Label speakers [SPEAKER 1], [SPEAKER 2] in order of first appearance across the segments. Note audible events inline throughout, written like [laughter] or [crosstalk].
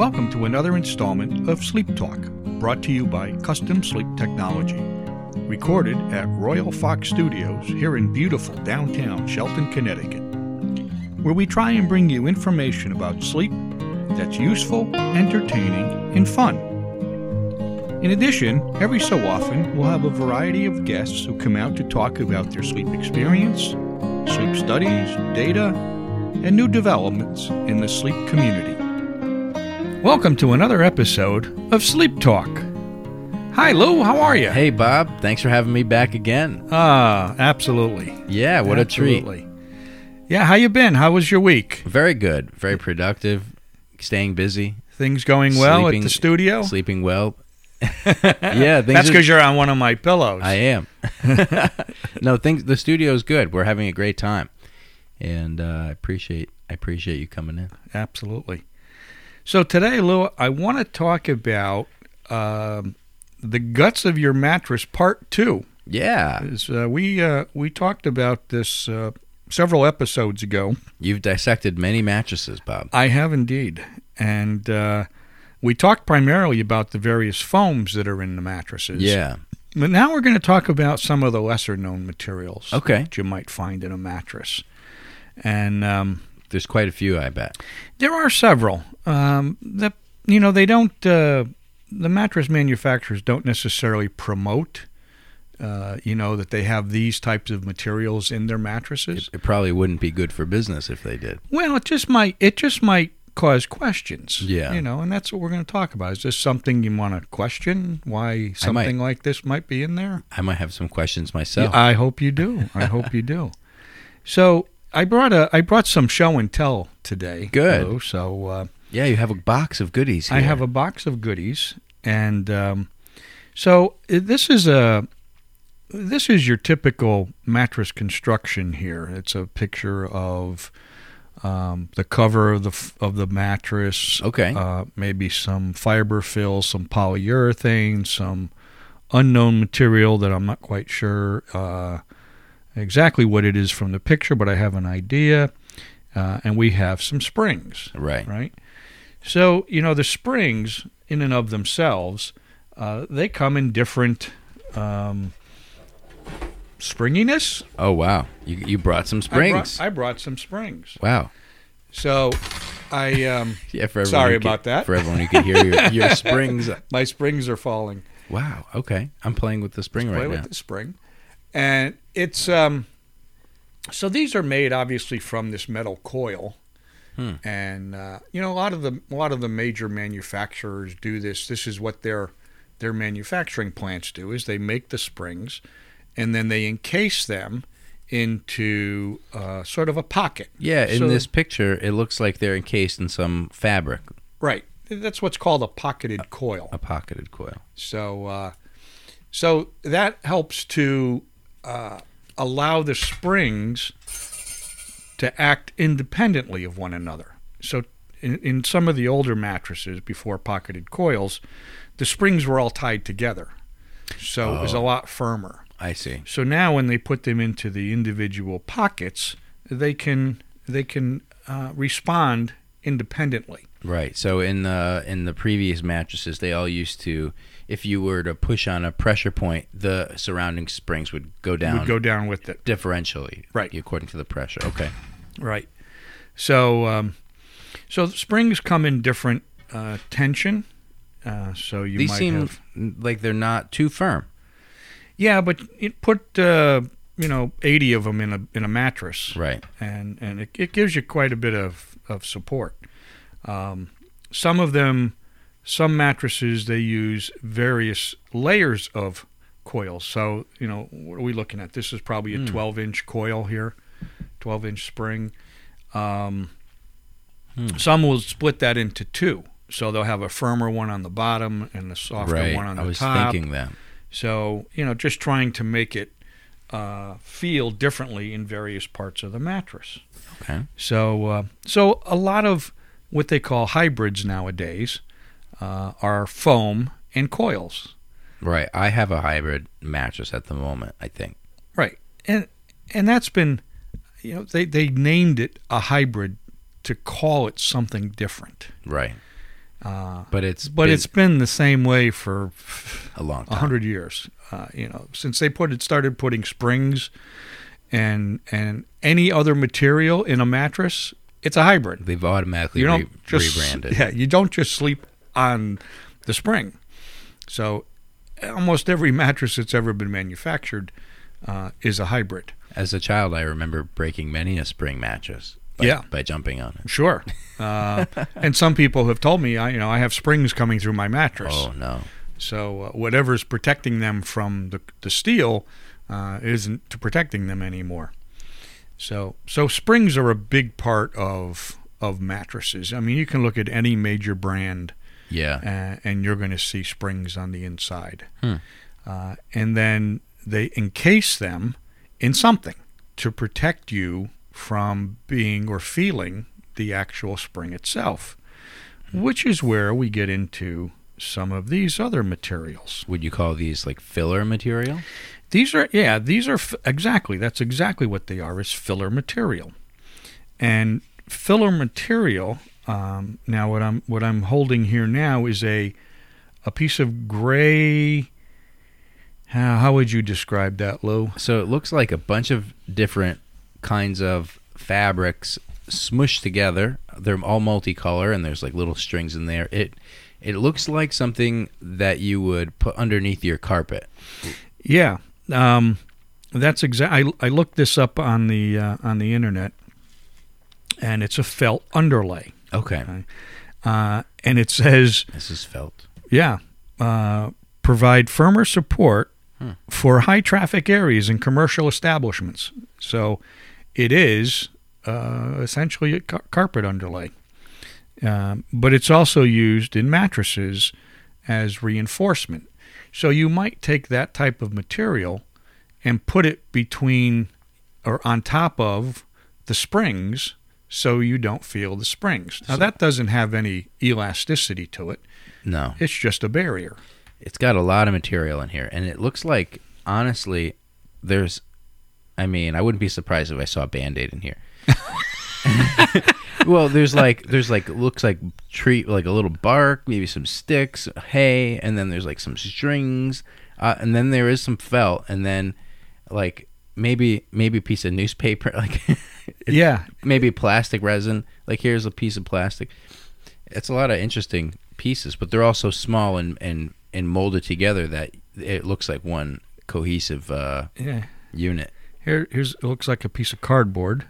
[SPEAKER 1] Welcome to another installment of Sleep Talk, brought to you by Custom Sleep Technology. Recorded at Royal Fox Studios here in beautiful downtown Shelton, Connecticut, where we try and bring you information about sleep that's useful, entertaining, and fun. In addition, every so often, we'll have a variety of guests who come out to talk about their sleep experience, sleep studies, data, and new developments in the sleep community. Welcome to another episode of Sleep Talk. Hi, Lou. How are you?
[SPEAKER 2] Hey, Bob. Thanks for having me back again.
[SPEAKER 1] Ah, absolutely.
[SPEAKER 2] Yeah, what a
[SPEAKER 1] Absolutely. Yeah, how you been? How was your week?
[SPEAKER 2] treat. Very good. Very productive. Staying busy.
[SPEAKER 1] Things going well
[SPEAKER 2] Sleeping-
[SPEAKER 1] at the studio? [laughs]
[SPEAKER 2] Sleeping well. yeah, things
[SPEAKER 1] That's
[SPEAKER 2] are-
[SPEAKER 1] because you're on one of my pillows.
[SPEAKER 2] I am. [laughs] no, things. The studio's good. We're having a great time, and uh, I appreciate I appreciate you coming in.
[SPEAKER 1] Absolutely. So today, Lou, I want to talk about um, the guts of your mattress, part two.
[SPEAKER 2] Yeah,
[SPEAKER 1] Is uh, we uh, we talked about this uh, several episodes ago.
[SPEAKER 2] you've dissected many mattresses, Bob.
[SPEAKER 1] I have indeed, and uh, we talked primarily about the various foams that are in the mattresses.
[SPEAKER 2] Yeah.
[SPEAKER 1] But now we're going to talk about some of the lesser known materials
[SPEAKER 2] Okay.
[SPEAKER 1] that you might find in a mattress, and um,
[SPEAKER 2] There's quite a few, I bet.
[SPEAKER 1] There are several. Um, that you know, they don't. Uh, the mattress manufacturers don't necessarily promote. Uh, you know that they have these types of materials in their mattresses.
[SPEAKER 2] It, it probably wouldn't be good for business if they did.
[SPEAKER 1] well, it just might. It just might cause questions.
[SPEAKER 2] Yeah.
[SPEAKER 1] You know, and that's what we're going to talk about. Is this something you want to question? Why something like this might be in there?
[SPEAKER 2] I might have some questions myself.
[SPEAKER 1] I hope you do. I hope you do. So I brought a. I brought some show and tell today.
[SPEAKER 2] Good.
[SPEAKER 1] Lou, so. Uh,
[SPEAKER 2] Yeah, you have a box of goodies. Here.
[SPEAKER 1] I have a box of goodies, and um, so uh, this is a this is your typical mattress construction here. It's a picture of um, the cover of the f- of the mattress.
[SPEAKER 2] Okay.
[SPEAKER 1] Uh, maybe some fiber fill, some polyurethane, some unknown material that I'm not quite sure uh, exactly what it is from the picture, but I have an idea. Uh, and we have some springs
[SPEAKER 2] right.
[SPEAKER 1] right? So you know the springs in and of themselves, uh, they come in different um, springiness.
[SPEAKER 2] Oh wow, you you brought some
[SPEAKER 1] I
[SPEAKER 2] springs.
[SPEAKER 1] brought, I brought some springs.
[SPEAKER 2] wow.
[SPEAKER 1] So I um,
[SPEAKER 2] Yeah, for everyone
[SPEAKER 1] Sorry
[SPEAKER 2] who could-
[SPEAKER 1] about that.
[SPEAKER 2] For everyone who could hear your,
[SPEAKER 1] [laughs]
[SPEAKER 2] your springs.
[SPEAKER 1] my springs are falling.
[SPEAKER 2] Wow. Okay, I'm playing with the spring
[SPEAKER 1] Play
[SPEAKER 2] right
[SPEAKER 1] with
[SPEAKER 2] now.
[SPEAKER 1] the spring, and it's um, so these are made obviously from this metal coil.
[SPEAKER 2] Hmm.
[SPEAKER 1] And uh, you know a lot of the a lot of the major manufacturers do this. This is what their their manufacturing plants do is they make the springs and then they encase them into uh, sort of a pocket.
[SPEAKER 2] Yeah, in
[SPEAKER 1] So-
[SPEAKER 2] this picture, it looks like they're encased in some fabric,
[SPEAKER 1] Right. That's what's called a pocketed coil.
[SPEAKER 2] a pocketed coil.
[SPEAKER 1] So, uh, so that helps to uh, allow the springs to act independently of one another. So, in, in some of the older mattresses before pocketed coils, the springs were all tied together. So it was a lot firmer.
[SPEAKER 2] I see.
[SPEAKER 1] So now, when they put them into the individual pockets, they can they can uh, respond independently.
[SPEAKER 2] Right. So in the in the previous mattresses, they all used to, if you were to push on a pressure point, the surrounding springs would go down
[SPEAKER 1] Would go down with it,
[SPEAKER 2] differentially,
[SPEAKER 1] Right.
[SPEAKER 2] according to the pressure. Okay.
[SPEAKER 1] right? So, um, so the springs come in different uh, tension. Uh, so you
[SPEAKER 2] These
[SPEAKER 1] might
[SPEAKER 2] seem
[SPEAKER 1] have
[SPEAKER 2] like they're not too firm.
[SPEAKER 1] yeah, but it put uh, you know eighty of them in a in a mattress,
[SPEAKER 2] Right.
[SPEAKER 1] and and it, it gives you quite a bit of of support. Um, some of them, some mattresses they use various layers of coils. So you know what are we looking at? This is probably a
[SPEAKER 2] Hmm.
[SPEAKER 1] twelve inch coil here, twelve inch spring. Um,
[SPEAKER 2] Hmm.
[SPEAKER 1] Some will split that into two, so they'll have a firmer one on the bottom and a softer
[SPEAKER 2] right.
[SPEAKER 1] one on
[SPEAKER 2] I
[SPEAKER 1] the
[SPEAKER 2] was
[SPEAKER 1] top.
[SPEAKER 2] thinking that.
[SPEAKER 1] So, you know, just trying to make it uh, feel differently in various parts of the mattress.
[SPEAKER 2] Okay.
[SPEAKER 1] So, uh, so a lot of what they call hybrids nowadays uh, are foam and coils,
[SPEAKER 2] Right. I have a hybrid mattress at the moment, I think.
[SPEAKER 1] right? And and that's been, you know, they they named it a hybrid to call it something different.
[SPEAKER 2] Right.
[SPEAKER 1] Uh,
[SPEAKER 2] But it's
[SPEAKER 1] but
[SPEAKER 2] been
[SPEAKER 1] it's been the same way for
[SPEAKER 2] a long
[SPEAKER 1] a
[SPEAKER 2] time.
[SPEAKER 1] hundred years. Uh, you know, since they put it started putting springs and and any other material in a mattress, it's a hybrid.
[SPEAKER 2] They've automatically
[SPEAKER 1] You don't
[SPEAKER 2] re-
[SPEAKER 1] just [laughs]
[SPEAKER 2] rebranded.
[SPEAKER 1] yeah, you don't just sleep on the spring. So almost every mattress that's ever been manufactured uh, is a hybrid.
[SPEAKER 2] As a child, I remember breaking many a spring mattress. By,
[SPEAKER 1] Yeah.
[SPEAKER 2] by jumping on it.
[SPEAKER 1] Sure, uh, and some people have told me, I you know, I have springs coming through my mattress.
[SPEAKER 2] Oh no!
[SPEAKER 1] So uh, whatever's protecting them from the, the steel uh, isn't to protecting them anymore. So so springs are a big part of of mattresses. I mean, you can look at any major brand,
[SPEAKER 2] Yeah,
[SPEAKER 1] uh, and you're going to see springs on the inside.
[SPEAKER 2] Hmm.
[SPEAKER 1] Uh, and then they encase them in something to protect you from being or feeling the actual spring itself,
[SPEAKER 2] Hmm.
[SPEAKER 1] which is where we get into some of these other materials.
[SPEAKER 2] would you call these like filler material?
[SPEAKER 1] These are yeah, these are f- exactly that's exactly what they are is filler material, and filler material. Um, now what I'm what I'm holding here now is a a piece of gray. How, how would you describe that, Lou?
[SPEAKER 2] So it looks like a bunch of different kinds of fabrics smushed together. They're all multicolor, and there's like little strings in there. It it looks like something that you would put underneath your carpet.
[SPEAKER 1] Yeah, um, that's exact. I, I looked this up on the uh, on the internet, and it's a felt underlay,
[SPEAKER 2] Okay,
[SPEAKER 1] uh, and it says
[SPEAKER 2] this is felt.
[SPEAKER 1] Yeah. Uh, provide firmer support for high traffic areas and commercial establishments. So it is uh, essentially a car- carpet underlay. Um, but it's also used in mattresses as reinforcement. So you might take that type of material and put it between or on top of the springs so you don't feel the springs. Now,
[SPEAKER 2] So-
[SPEAKER 1] that doesn't have any elasticity to it,
[SPEAKER 2] No,
[SPEAKER 1] it's just a barrier.
[SPEAKER 2] it's got a lot of material in here, and it looks like honestly, there's. I mean, I wouldn't be surprised if I saw a band-aid in here. [laughs] well, there's like there's like looks like tree like a little bark, maybe some sticks, hay, and then there's like some strings, uh, and then there is some felt, and then like maybe maybe a piece of newspaper, [laughs] like
[SPEAKER 1] yeah,
[SPEAKER 2] maybe plastic resin. Like here's a piece of plastic. It's a lot of interesting pieces, but they're all so small and and and molded together that it looks like one cohesive uh,
[SPEAKER 1] yeah.
[SPEAKER 2] unit.
[SPEAKER 1] Here, here's it looks like a piece of cardboard.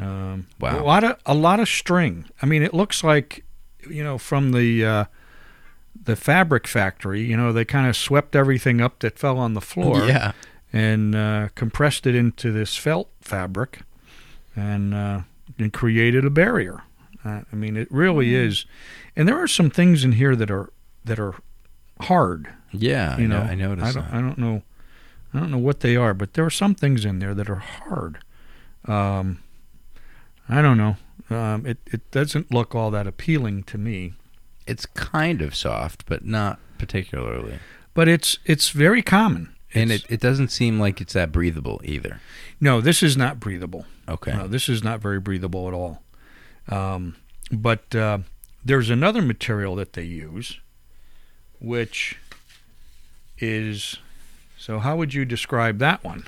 [SPEAKER 1] Um,
[SPEAKER 2] Wow.
[SPEAKER 1] a lot of a lot of string. I mean, it looks like you know from the uh, the fabric factory. You know, they kind of swept everything up that fell on the floor
[SPEAKER 2] yeah,
[SPEAKER 1] and uh, compressed it into this felt fabric and uh, and created a barrier. Uh, I mean, it really is. And there are some things in here that are that are hard.
[SPEAKER 2] yeah.
[SPEAKER 1] you
[SPEAKER 2] I know,
[SPEAKER 1] know,
[SPEAKER 2] I noticed.
[SPEAKER 1] I don't,
[SPEAKER 2] that.
[SPEAKER 1] I don't know, I don't know what they are, but there are some things in there that are hard. Um, I don't know. Um, it it doesn't look all that appealing to me,
[SPEAKER 2] It's kind of soft, but not particularly.
[SPEAKER 1] but it's it's very common.
[SPEAKER 2] and
[SPEAKER 1] It's-
[SPEAKER 2] it, it doesn't seem like it's that breathable either.
[SPEAKER 1] no, this is not breathable.
[SPEAKER 2] Okay.
[SPEAKER 1] No, this is not very breathable at all. Um, but uh, there's another material that they use, which is so. How would you describe that one?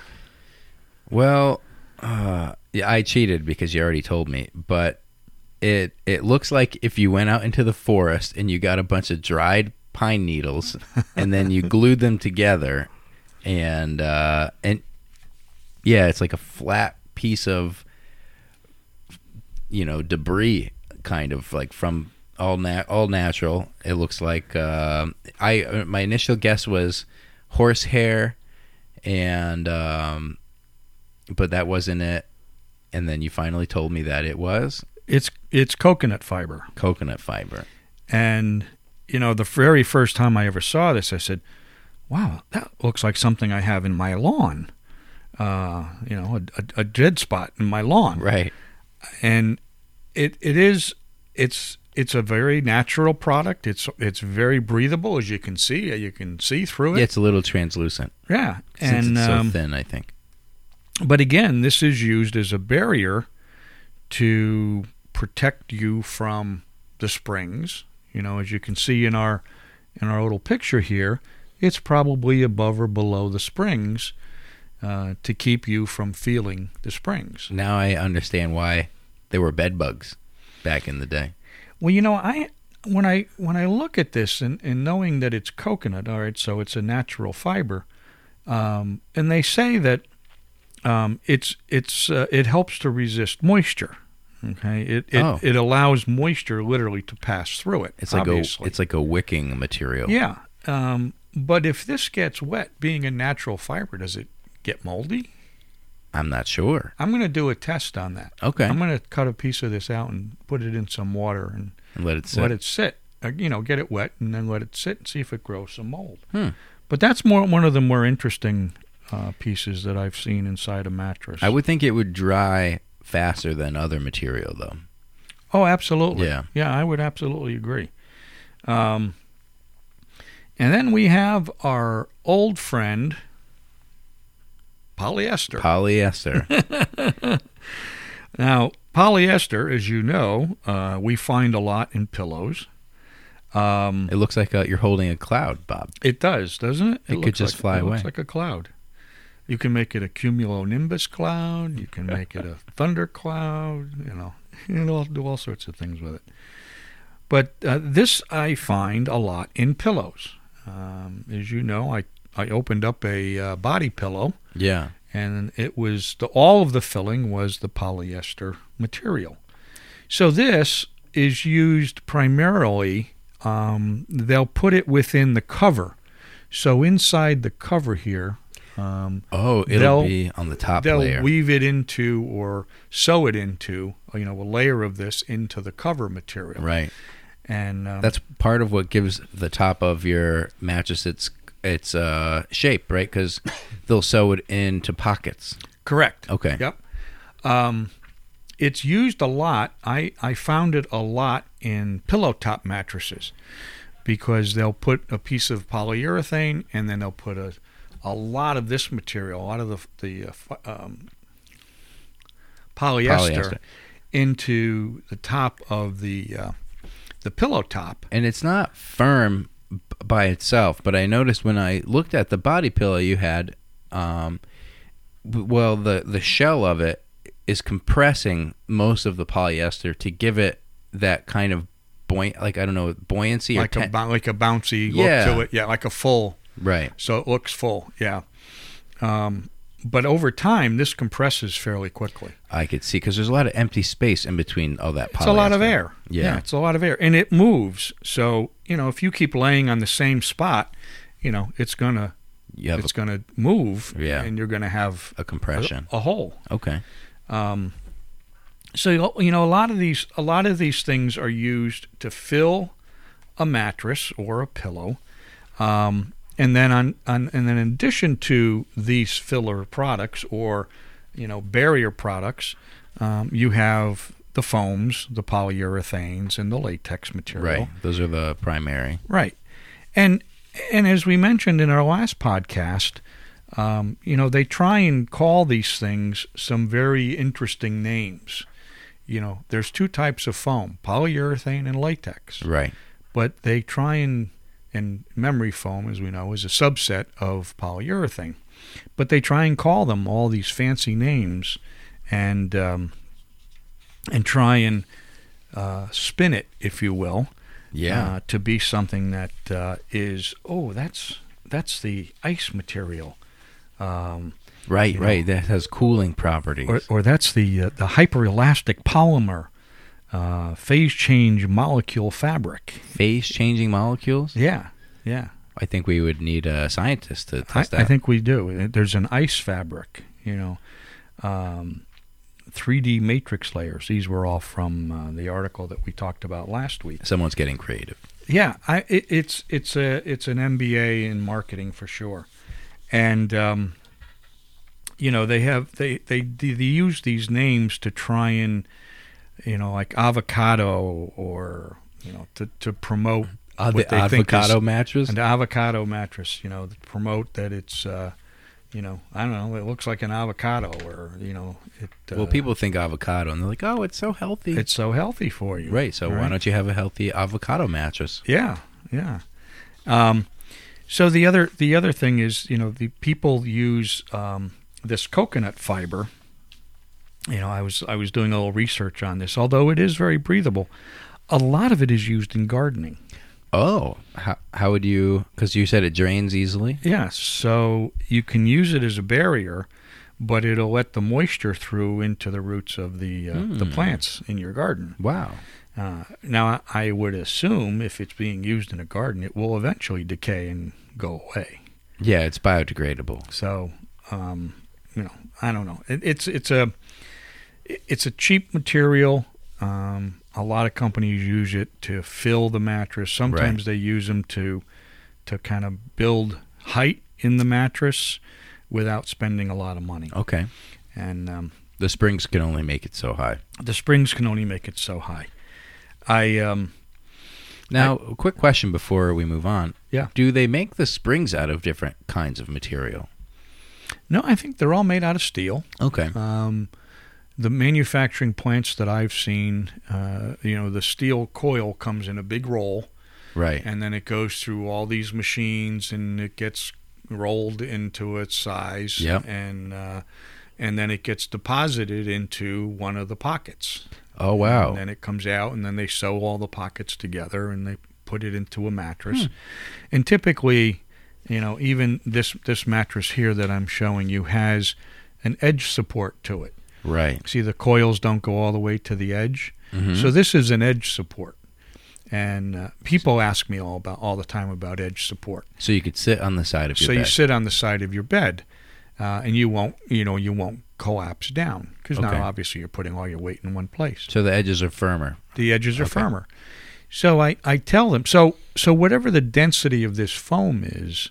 [SPEAKER 2] Well, uh, yeah, I cheated because you already told me, but it it looks like if you went out into the forest and you got a bunch of dried pine needles and then you glued them together and uh, and yeah, it's like a flat piece of you know debris, kind of like from all nat- all natural. It looks like um I my initial guess was horsehair and um, but that wasn't it. And then you finally told me that it was
[SPEAKER 1] It's it's coconut fiber.
[SPEAKER 2] coconut fiber.
[SPEAKER 1] And you know, the very first time I ever saw this, I said, "Wow, that looks like something I have in my lawn." Uh, you know, a, a, a dead spot in my lawn,
[SPEAKER 2] Right.
[SPEAKER 1] and it it is it's it's a very natural product. It's it's very breathable, as you can see. You can see through
[SPEAKER 2] Yeah,
[SPEAKER 1] it.
[SPEAKER 2] it's a little translucent
[SPEAKER 1] Yeah,
[SPEAKER 2] since
[SPEAKER 1] and
[SPEAKER 2] it's so
[SPEAKER 1] um,
[SPEAKER 2] thin. I think.
[SPEAKER 1] but again, this is used as a barrier to protect you from the springs. You know, as you can see in our in our little picture here, it's probably above or below the springs uh, to keep you from feeling the springs.
[SPEAKER 2] Now I understand why there were bed bugs back in the day.
[SPEAKER 1] Well, you know, I when I when I look at this and, and knowing that it's coconut, all right, so it's a natural fiber, um, and they say that um, it's it's uh, it helps to resist moisture. Okay, it it,
[SPEAKER 2] Oh.
[SPEAKER 1] it allows moisture literally to pass through it.
[SPEAKER 2] It's like
[SPEAKER 1] obviously.
[SPEAKER 2] a it's like a wicking material.
[SPEAKER 1] Yeah. Um, but if this gets wet, being a natural fiber, does it get moldy?
[SPEAKER 2] I'm not sure.
[SPEAKER 1] I'm going to do a test on that.
[SPEAKER 2] Okay,
[SPEAKER 1] I'm going to cut a piece of this out and put it in some water and
[SPEAKER 2] And let it sit.
[SPEAKER 1] let it sit. Uh, You know, get it wet and then let it sit and see if it grows some mold.
[SPEAKER 2] Hmm.
[SPEAKER 1] But that's more one of the more interesting uh, pieces that I've seen inside a mattress.
[SPEAKER 2] I would think it would dry faster than other material though.
[SPEAKER 1] Oh, absolutely.
[SPEAKER 2] Yeah.
[SPEAKER 1] Yeah, I would absolutely agree. Um, and then we have our old friend, polyester. [laughs]
[SPEAKER 2] Polyester.
[SPEAKER 1] Now, polyester, as you know, uh, we find a lot in pillows. Um,
[SPEAKER 2] it looks like uh, you're holding a cloud, Bob.
[SPEAKER 1] it does, doesn't it?
[SPEAKER 2] It could
[SPEAKER 1] looks
[SPEAKER 2] just
[SPEAKER 1] like,
[SPEAKER 2] fly
[SPEAKER 1] it Looks
[SPEAKER 2] away.
[SPEAKER 1] like a cloud. You can make it a cumulonimbus cloud. You can make
[SPEAKER 2] [laughs]
[SPEAKER 1] it a thunder cloud. You know, [laughs] it'll do all sorts of things with it. But uh, this I find a lot in pillows. Um, as you know, I I opened up a uh, body pillow,
[SPEAKER 2] Yeah.
[SPEAKER 1] and it was the, all of the filling was the polyester material. So this is used primarily. Um, they'll put it within the cover. So inside the cover here, um,
[SPEAKER 2] Oh, it'll
[SPEAKER 1] They'll-
[SPEAKER 2] be on the top
[SPEAKER 1] they'll
[SPEAKER 2] layer.
[SPEAKER 1] weave it into or sew it into, you know, a layer of this into the cover material.
[SPEAKER 2] right.
[SPEAKER 1] And um,
[SPEAKER 2] That's part of what gives the top of your mattress its its uh, shape, right? Because they'll sew it into pockets.
[SPEAKER 1] correct.
[SPEAKER 2] Okay.
[SPEAKER 1] Yep. Um, it's used a lot. I, I found it a lot in pillow top mattresses because they'll put a piece of polyurethane and then they'll put a, a lot of this material, a lot of the, the uh, fi- um, polyester,
[SPEAKER 2] Polyester.
[SPEAKER 1] into the top of the uh, the pillow top.
[SPEAKER 2] and it's not firm b- by itself. But I noticed when I looked at the body pillow you had, um, w- well, the the shell of it is compressing most of the polyester to give it that kind of buoy, like I don't know, buoyancy
[SPEAKER 1] Like
[SPEAKER 2] or
[SPEAKER 1] a,
[SPEAKER 2] ten-
[SPEAKER 1] bou- like a bouncy look
[SPEAKER 2] Yeah.
[SPEAKER 1] to it. Yeah, like a full
[SPEAKER 2] right.
[SPEAKER 1] so it looks full. Yeah, um, but over time, this compresses fairly quickly.
[SPEAKER 2] I could see because there's a lot of empty space in between all that.
[SPEAKER 1] It's a lot of
[SPEAKER 2] polyester.
[SPEAKER 1] air.
[SPEAKER 2] Yeah.
[SPEAKER 1] it's a lot of air, and it moves. So you know, if you keep laying on the same spot, you know, it's gonna
[SPEAKER 2] You have
[SPEAKER 1] it's gonna move.
[SPEAKER 2] Yeah.
[SPEAKER 1] and you're gonna have
[SPEAKER 2] a, a
[SPEAKER 1] a,
[SPEAKER 2] compression.
[SPEAKER 1] a hole.
[SPEAKER 2] Okay.
[SPEAKER 1] Um, so you'll- you know, a lot of these a lot of these things are used to fill a mattress or a pillow, um, and then on, on and then in addition to these filler products or you know barrier products, um, you have the foams, the polyurethanes, and the latex material.
[SPEAKER 2] Right. Those are the primary.
[SPEAKER 1] Right. And and as we mentioned in our last podcast, um, you know, they try and call these things some very interesting names. You know, there's two types of foam, polyurethane and latex.
[SPEAKER 2] Right.
[SPEAKER 1] But they try and and memory foam, as we know, is a subset of polyurethane. But they try and call them all these fancy names and um, and try and uh, spin it, if you will
[SPEAKER 2] Yeah.
[SPEAKER 1] uh, to be something that uh, is oh that's that's the ice material um,
[SPEAKER 2] right. Right. That has cooling properties.
[SPEAKER 1] or, or that's the uh, the hyperelastic polymer uh, phase change molecule fabric
[SPEAKER 2] Phase changing molecules.
[SPEAKER 1] yeah yeah
[SPEAKER 2] I think we would need a scientist to
[SPEAKER 1] I,
[SPEAKER 2] test that.
[SPEAKER 1] I think we do there's an ice fabric you know um, 3d matrix layers these were all from uh, the article that we talked about last week
[SPEAKER 2] someone's getting creative.
[SPEAKER 1] Yeah, I, it, it's it's a it's an MBA in marketing for sure, and um, you know they have they, they they they use these names to try and you know like avocado or you know to to promote
[SPEAKER 2] Uh,
[SPEAKER 1] What
[SPEAKER 2] the
[SPEAKER 1] they think
[SPEAKER 2] avocado mattress.
[SPEAKER 1] an avocado mattress you know to promote that it's uh, you know, I don't know. It looks like an avocado, or you know, it. Uh,
[SPEAKER 2] well, people think avocado and they're like, oh, it's so healthy.
[SPEAKER 1] it's so healthy for you,
[SPEAKER 2] right. So why
[SPEAKER 1] right?
[SPEAKER 2] don't you have a healthy avocado mattress?
[SPEAKER 1] Yeah, yeah. Um, so the other the other thing is, you know, the people use um, this coconut fiber. You know, I was I was doing a little research on this. Although it is very breathable, a lot of it is used in gardening.
[SPEAKER 2] Oh, how, how would you? Because you said it drains easily.
[SPEAKER 1] Yeah, so you can use it as a barrier, but it'll let the moisture through into the roots of the uh, the plants in your garden.
[SPEAKER 2] Wow.
[SPEAKER 1] Uh, now, I I would assume if it's being used in a garden, it will eventually decay and go away.
[SPEAKER 2] Yeah, it's biodegradable.
[SPEAKER 1] So, um, you know, I don't know. It, it's it's a it's a cheap material. Um, a lot of companies use it to fill the mattress. Sometimes they use them to to kind of build height in the mattress without spending a lot of money.
[SPEAKER 2] Okay.
[SPEAKER 1] And um,
[SPEAKER 2] The springs can only make it so high.
[SPEAKER 1] the springs can only make it so high. I um,
[SPEAKER 2] Now, a quick question before we move on.
[SPEAKER 1] Yeah.
[SPEAKER 2] Do they make the springs out of different kinds of material?
[SPEAKER 1] no, I think they're all made out of steel.
[SPEAKER 2] Okay.
[SPEAKER 1] Um, the manufacturing plants that I've seen, uh, you know, the steel coil comes in a big roll,
[SPEAKER 2] Right.
[SPEAKER 1] and then it goes through all these machines, and it gets rolled into its size,
[SPEAKER 2] Yep.
[SPEAKER 1] and uh, and then it gets deposited into one of the pockets.
[SPEAKER 2] Oh wow.
[SPEAKER 1] And then it comes out, and then they sew all the pockets together, and they put it into a mattress.
[SPEAKER 2] Hmm.
[SPEAKER 1] And typically, you know, even this this mattress here that I'm showing you has an edge support to it.
[SPEAKER 2] Right.
[SPEAKER 1] See, the coils don't go all the way to the edge.
[SPEAKER 2] Mhm.
[SPEAKER 1] So this is an edge support. And uh, people ask me all about all the time about edge support.
[SPEAKER 2] So you could sit on the side of your
[SPEAKER 1] so you
[SPEAKER 2] bed.
[SPEAKER 1] sit on the side of your bed, uh, and you won't, you know, you won't collapse down because
[SPEAKER 2] Okay.
[SPEAKER 1] now obviously you're putting all your weight in one place.
[SPEAKER 2] so the edges are firmer.
[SPEAKER 1] The edges are firmer. So I, I tell them so so whatever the density of this foam is,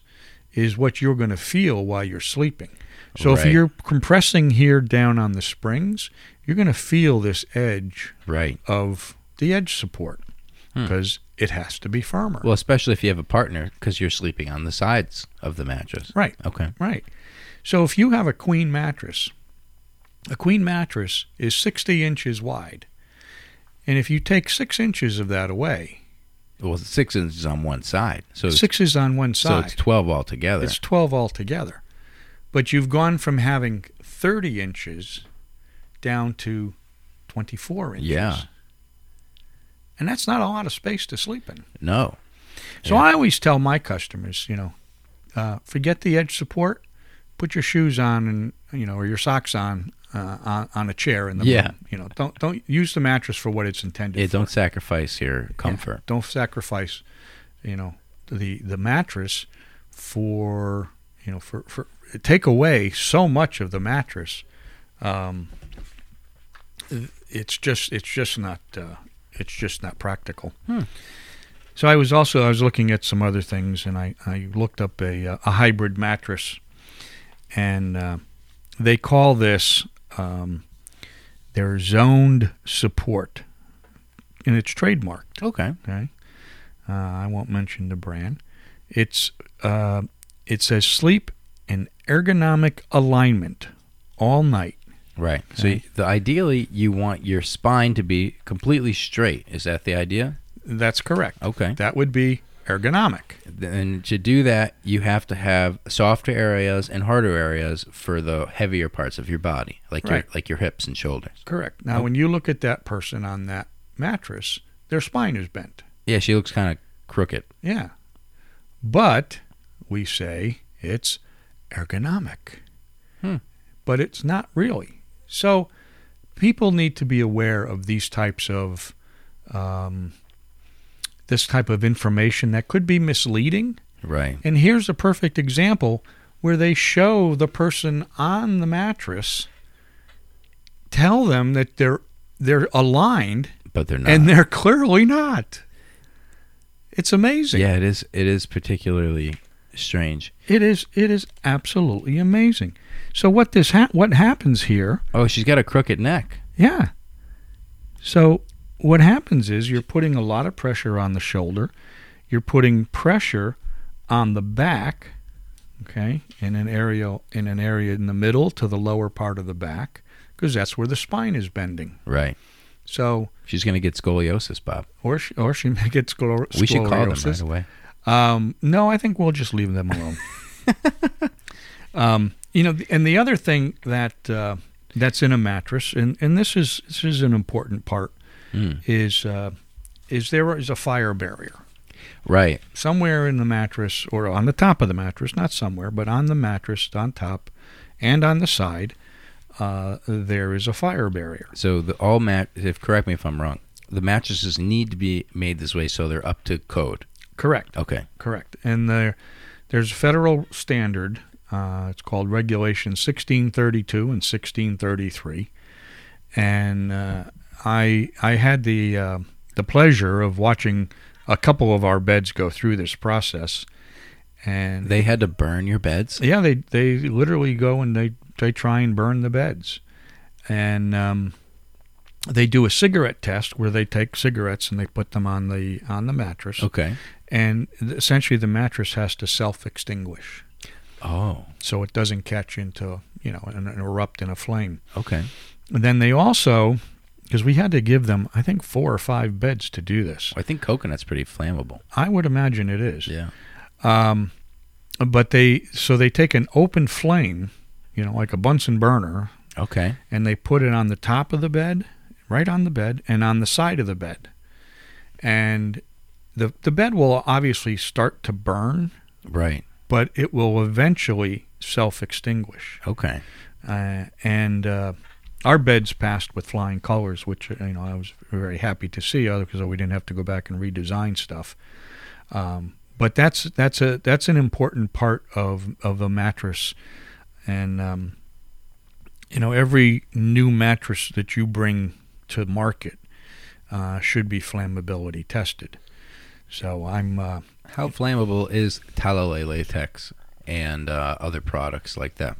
[SPEAKER 1] is what you're going to feel while you're sleeping. So
[SPEAKER 2] Right.
[SPEAKER 1] if you're compressing here down on the springs, you're going to feel this edge
[SPEAKER 2] Right.
[SPEAKER 1] of the edge support because it has to be firmer.
[SPEAKER 2] Hmm. Well, especially if you have a partner, because you're sleeping on the sides of the mattress.
[SPEAKER 1] right,
[SPEAKER 2] Okay.
[SPEAKER 1] right. So if you have a queen mattress, a queen mattress is 60 inches wide. And if you take six inches of that away,
[SPEAKER 2] Well, six inches on one side, so it's-
[SPEAKER 1] six is on one
[SPEAKER 2] so
[SPEAKER 1] side.
[SPEAKER 2] it's twelve altogether.
[SPEAKER 1] It's 12 altogether. But you've gone from having 30 inches down to 24 inches.
[SPEAKER 2] Yeah.
[SPEAKER 1] And that's not a lot of space to sleep in.
[SPEAKER 2] no.
[SPEAKER 1] So I always tell my customers, you know, uh, forget the edge support, put your shoes on and, you know, or your socks on. Uh, on, on a chair in the
[SPEAKER 2] Yeah.
[SPEAKER 1] room, you know, don't don't use the mattress for what it's intended.
[SPEAKER 2] Yeah,
[SPEAKER 1] for.
[SPEAKER 2] don't sacrifice your comfort.
[SPEAKER 1] Don't sacrifice, you know, the the mattress for you know for for take away so much of the mattress. Um, it's just it's just not uh, it's just not practical.
[SPEAKER 2] Hmm.
[SPEAKER 1] So I was also I was looking at some other things, and I I looked up a uh, a hybrid mattress, and uh, they call this. Um, their zoned support, and it's trademarked.
[SPEAKER 2] Okay.
[SPEAKER 1] Okay. Uh, I won't mention the brand. It's uh, it says sleep in ergonomic alignment all night.
[SPEAKER 2] Right. So you, the ideally you want your spine to be completely straight. Is that the idea?
[SPEAKER 1] That's correct.
[SPEAKER 2] Okay.
[SPEAKER 1] That would be ergonomic.
[SPEAKER 2] And to do that, you have to have softer areas and harder areas for the heavier parts of your body, like your
[SPEAKER 1] Right.
[SPEAKER 2] like your hips and shoulders.
[SPEAKER 1] Correct. Now, when you look at that person on that mattress, their spine is bent.
[SPEAKER 2] Yeah, she looks kind of crooked.
[SPEAKER 1] Yeah. But we say it's ergonomic.
[SPEAKER 2] Hmm.
[SPEAKER 1] But it's not really. So people need to be aware of these types of um, this type of information that could be misleading.
[SPEAKER 2] Right.
[SPEAKER 1] And here's a perfect example where they show the person on the mattress tell them that they're they're aligned
[SPEAKER 2] But they're not.
[SPEAKER 1] and they're clearly not. It's amazing.
[SPEAKER 2] yeah, it is. It is particularly strange.
[SPEAKER 1] It is it is absolutely amazing. So what this ha- what happens here?
[SPEAKER 2] Oh, she's got a crooked neck.
[SPEAKER 1] Yeah. So what happens is you're putting a lot of pressure on the shoulder. You're putting pressure on the back, okay, in an area in an area in the middle to the lower part of the back, because that's where the spine is bending.
[SPEAKER 2] Right.
[SPEAKER 1] So,
[SPEAKER 2] She's going to get scoliosis, Bob.
[SPEAKER 1] or she, or she [laughs] may get scler-
[SPEAKER 2] We should call them
[SPEAKER 1] sclerosis.
[SPEAKER 2] right away.
[SPEAKER 1] Um, no, I think we'll just leave them alone. um, you know, and the other thing that uh, that's in a mattress, and, and this is this is an important part,
[SPEAKER 2] Mm.
[SPEAKER 1] is uh, is there is a fire barrier
[SPEAKER 2] Right.
[SPEAKER 1] somewhere in the mattress or on the top of the mattress, not somewhere, but on the mattress, on top, and on the side, uh, there is a fire barrier.
[SPEAKER 2] So the all mat. If correct me if I'm wrong. The mattresses need to be made this way so they're up to code.
[SPEAKER 1] Correct.
[SPEAKER 2] Okay.
[SPEAKER 1] Correct. And there, there's a federal standard. Uh, it's called Regulation 1632 and 1633. And uh, I I had the uh, the pleasure of watching a couple of our beds go through this process. And
[SPEAKER 2] They had to burn your beds.
[SPEAKER 1] yeah, they they literally go and they they try and burn the beds, and um, they do a cigarette test where they take cigarettes and they put them on the on the mattress,
[SPEAKER 2] Okay.
[SPEAKER 1] and essentially the mattress has to self extinguish
[SPEAKER 2] Oh.
[SPEAKER 1] so it doesn't catch into you know and, and erupt in a flame.
[SPEAKER 2] Okay.
[SPEAKER 1] And then they also because we had to give them I think four or five beds to do this.
[SPEAKER 2] I think coconut's pretty flammable.
[SPEAKER 1] I would imagine it is.
[SPEAKER 2] Yeah.
[SPEAKER 1] Um, but they so they take an open flame, you know, like a Bunsen burner,
[SPEAKER 2] Okay.
[SPEAKER 1] and they put it on the top of the bed, right on the bed, and on the side of the bed. And the the bed will obviously start to burn,
[SPEAKER 2] Right.
[SPEAKER 1] but it will eventually self extinguish.
[SPEAKER 2] Okay.
[SPEAKER 1] Uh, and uh, our beds passed with flying colors, which uh, you know I was very happy to see, other because we didn't have to go back and redesign stuff. Um, but that's that's a that's an important part of of a mattress, and um, you know every new mattress that you bring to market uh, should be flammability tested. So I'm uh,
[SPEAKER 2] How flammable is Talale latex and uh, other products like that?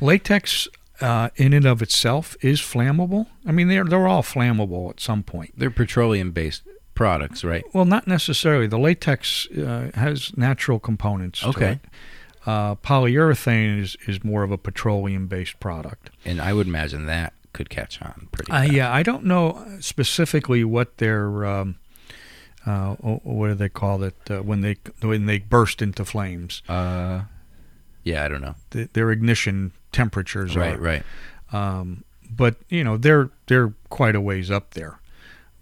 [SPEAKER 1] latex. Uh, in and of itself is flammable. I mean, they're they're all flammable at some point.
[SPEAKER 2] They're petroleum based products, right?
[SPEAKER 1] Well, not necessarily. The latex uh, has natural components. to
[SPEAKER 2] Okay.
[SPEAKER 1] it. Uh, polyurethane is, is more of a petroleum based product.
[SPEAKER 2] And I would imagine that could catch on pretty.
[SPEAKER 1] Uh,
[SPEAKER 2] fast.
[SPEAKER 1] yeah, I don't know specifically what their um, uh, wh- what do they call it uh, when they when they burst into flames.
[SPEAKER 2] Uh, yeah, I don't know.
[SPEAKER 1] Th- their ignition temperatures
[SPEAKER 2] Right,
[SPEAKER 1] are
[SPEAKER 2] right.
[SPEAKER 1] Um, but you know they're they're quite a ways up there.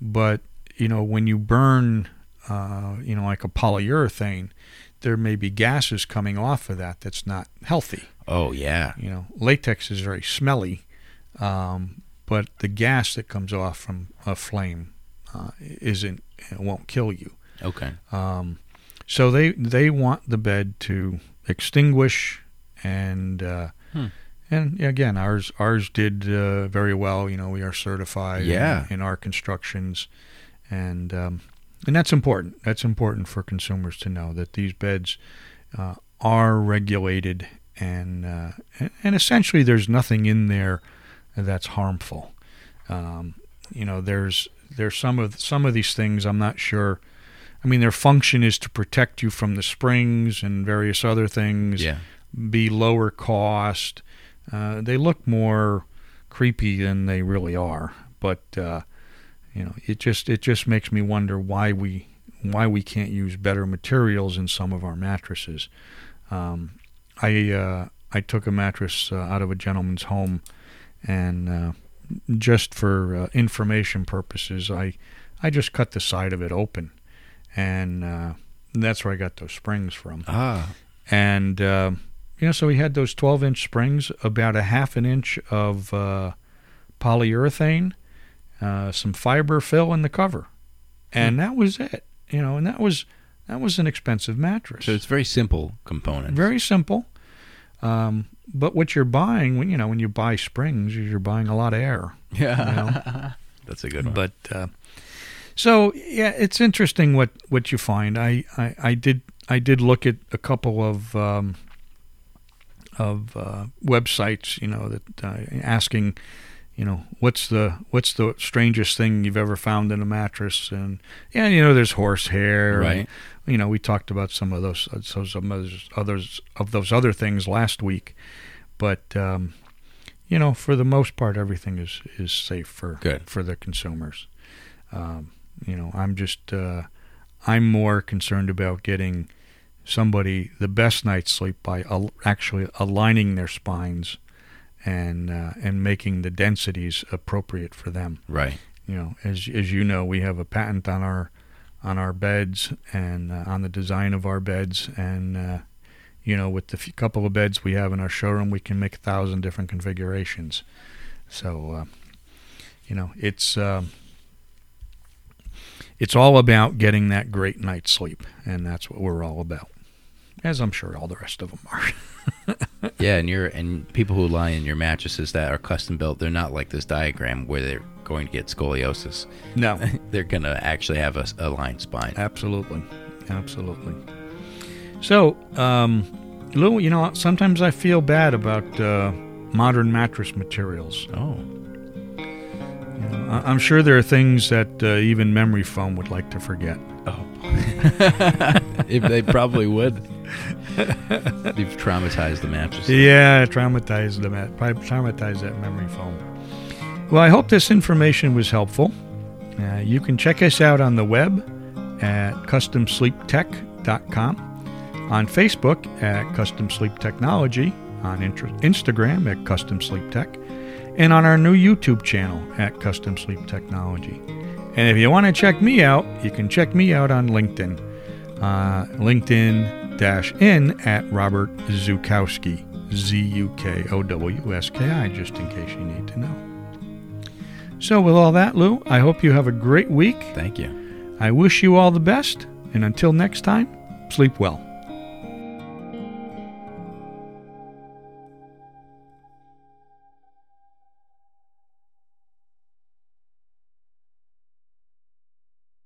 [SPEAKER 1] But you know when you burn, uh, you know like a polyurethane, there may be gases coming off of that that's not healthy.
[SPEAKER 2] Oh yeah,
[SPEAKER 1] You know latex is very smelly, um, but the gas that comes off from a flame uh, isn't it won't kill you.
[SPEAKER 2] okay.
[SPEAKER 1] Um, so they they want the bed to extinguish, and uh,
[SPEAKER 2] Hmm.
[SPEAKER 1] and again ours ours did uh, very well. You know we are certified
[SPEAKER 2] Yeah.
[SPEAKER 1] in, in our constructions, and um, and that's important. That's important for consumers to know that these beds uh, are regulated, and uh, and- and essentially there's nothing in there that's harmful. Um, you know there's there's some of some of these things I'm not sure. I mean, their function is to protect you from the springs and various other things,
[SPEAKER 2] Yeah,
[SPEAKER 1] be lower cost. Uh, they look more creepy than they really are, but uh, you know, it just it just makes me wonder why we why we can't use better materials in some of our mattresses. Um, I uh, I took a mattress uh, out of a gentleman's home, and uh, just for uh, information purposes, I I just cut the side of it open, and uh, that's where I got those springs from.
[SPEAKER 2] ah,
[SPEAKER 1] And uh, you know, so we had those 12 inch springs, about a half an inch of uh, polyurethane, uh, some fiber fill in the cover, and that was it. You know, and that was that was an expensive mattress.
[SPEAKER 2] so it's very simple components.
[SPEAKER 1] Very simple. Um, but what you're buying, when you know, when you buy springs, you're buying a lot of air.
[SPEAKER 2] [laughs] yeah,
[SPEAKER 1] You know?
[SPEAKER 2] that's a good one.
[SPEAKER 1] But uh, so yeah, it's interesting what what you find. I I, I did I did look at a couple of um, of uh, websites, you know, that uh, asking, you know what's the what's the strangest thing you've ever found in a mattress and yeah you know there's horse
[SPEAKER 2] uh,
[SPEAKER 1] hair and,
[SPEAKER 2] Right.
[SPEAKER 1] you know we talked about some of those uh, so some of those others of those other things last week but um, you know for the most part everything is is safe for
[SPEAKER 2] Good.
[SPEAKER 1] for the consumers um, you know i'm just uh, i'm more concerned about getting somebody the best night's sleep by al- actually aligning their spines and uh, and making the densities appropriate for them.
[SPEAKER 2] Right.
[SPEAKER 1] You know, as as you know, we have a patent on our on our beds and uh, on the design of our beds, and uh, you know, with the f- couple of beds we have in our showroom, we can make a thousand different configurations. So, uh, you know, it's. um it's all about getting that great night's sleep, and that's what we're all about, as I'm sure all the rest of them are. [laughs]
[SPEAKER 2] Yeah, and you're and people who lie in your mattresses that are custom built, they're not like this diagram where they're going to get scoliosis. [laughs]
[SPEAKER 1] No,
[SPEAKER 2] They're gonna actually have a, s- a aligned spine.
[SPEAKER 1] Absolutely, absolutely. So, um, Lou, you know, sometimes I feel bad about uh, modern mattress materials.
[SPEAKER 2] Oh,
[SPEAKER 1] You know, I- I'm sure there are things that uh, even memory foam would like to forget.
[SPEAKER 2] oh, [laughs] if they probably would. You've traumatized the mattress.
[SPEAKER 1] Yeah, traumatize the mat- probably traumatize that memory foam. Well, I hope this information was helpful. Uh, you can check us out on the web at customsleeptech.com, on Facebook at Custom Sleep Technology, on inter- Instagram at Custom Sleep Tech, and on our new YouTube channel at Custom Sleep Technology. And if you want to check me out, you can check me out on LinkedIn uh, LinkedIn dash in at Robert Zukowski, Z U K O W S K I, just in case you need to know. So, with all that, Lou, I hope you have a great week.
[SPEAKER 2] Thank you.
[SPEAKER 1] I wish you all the best, and until next time, sleep well.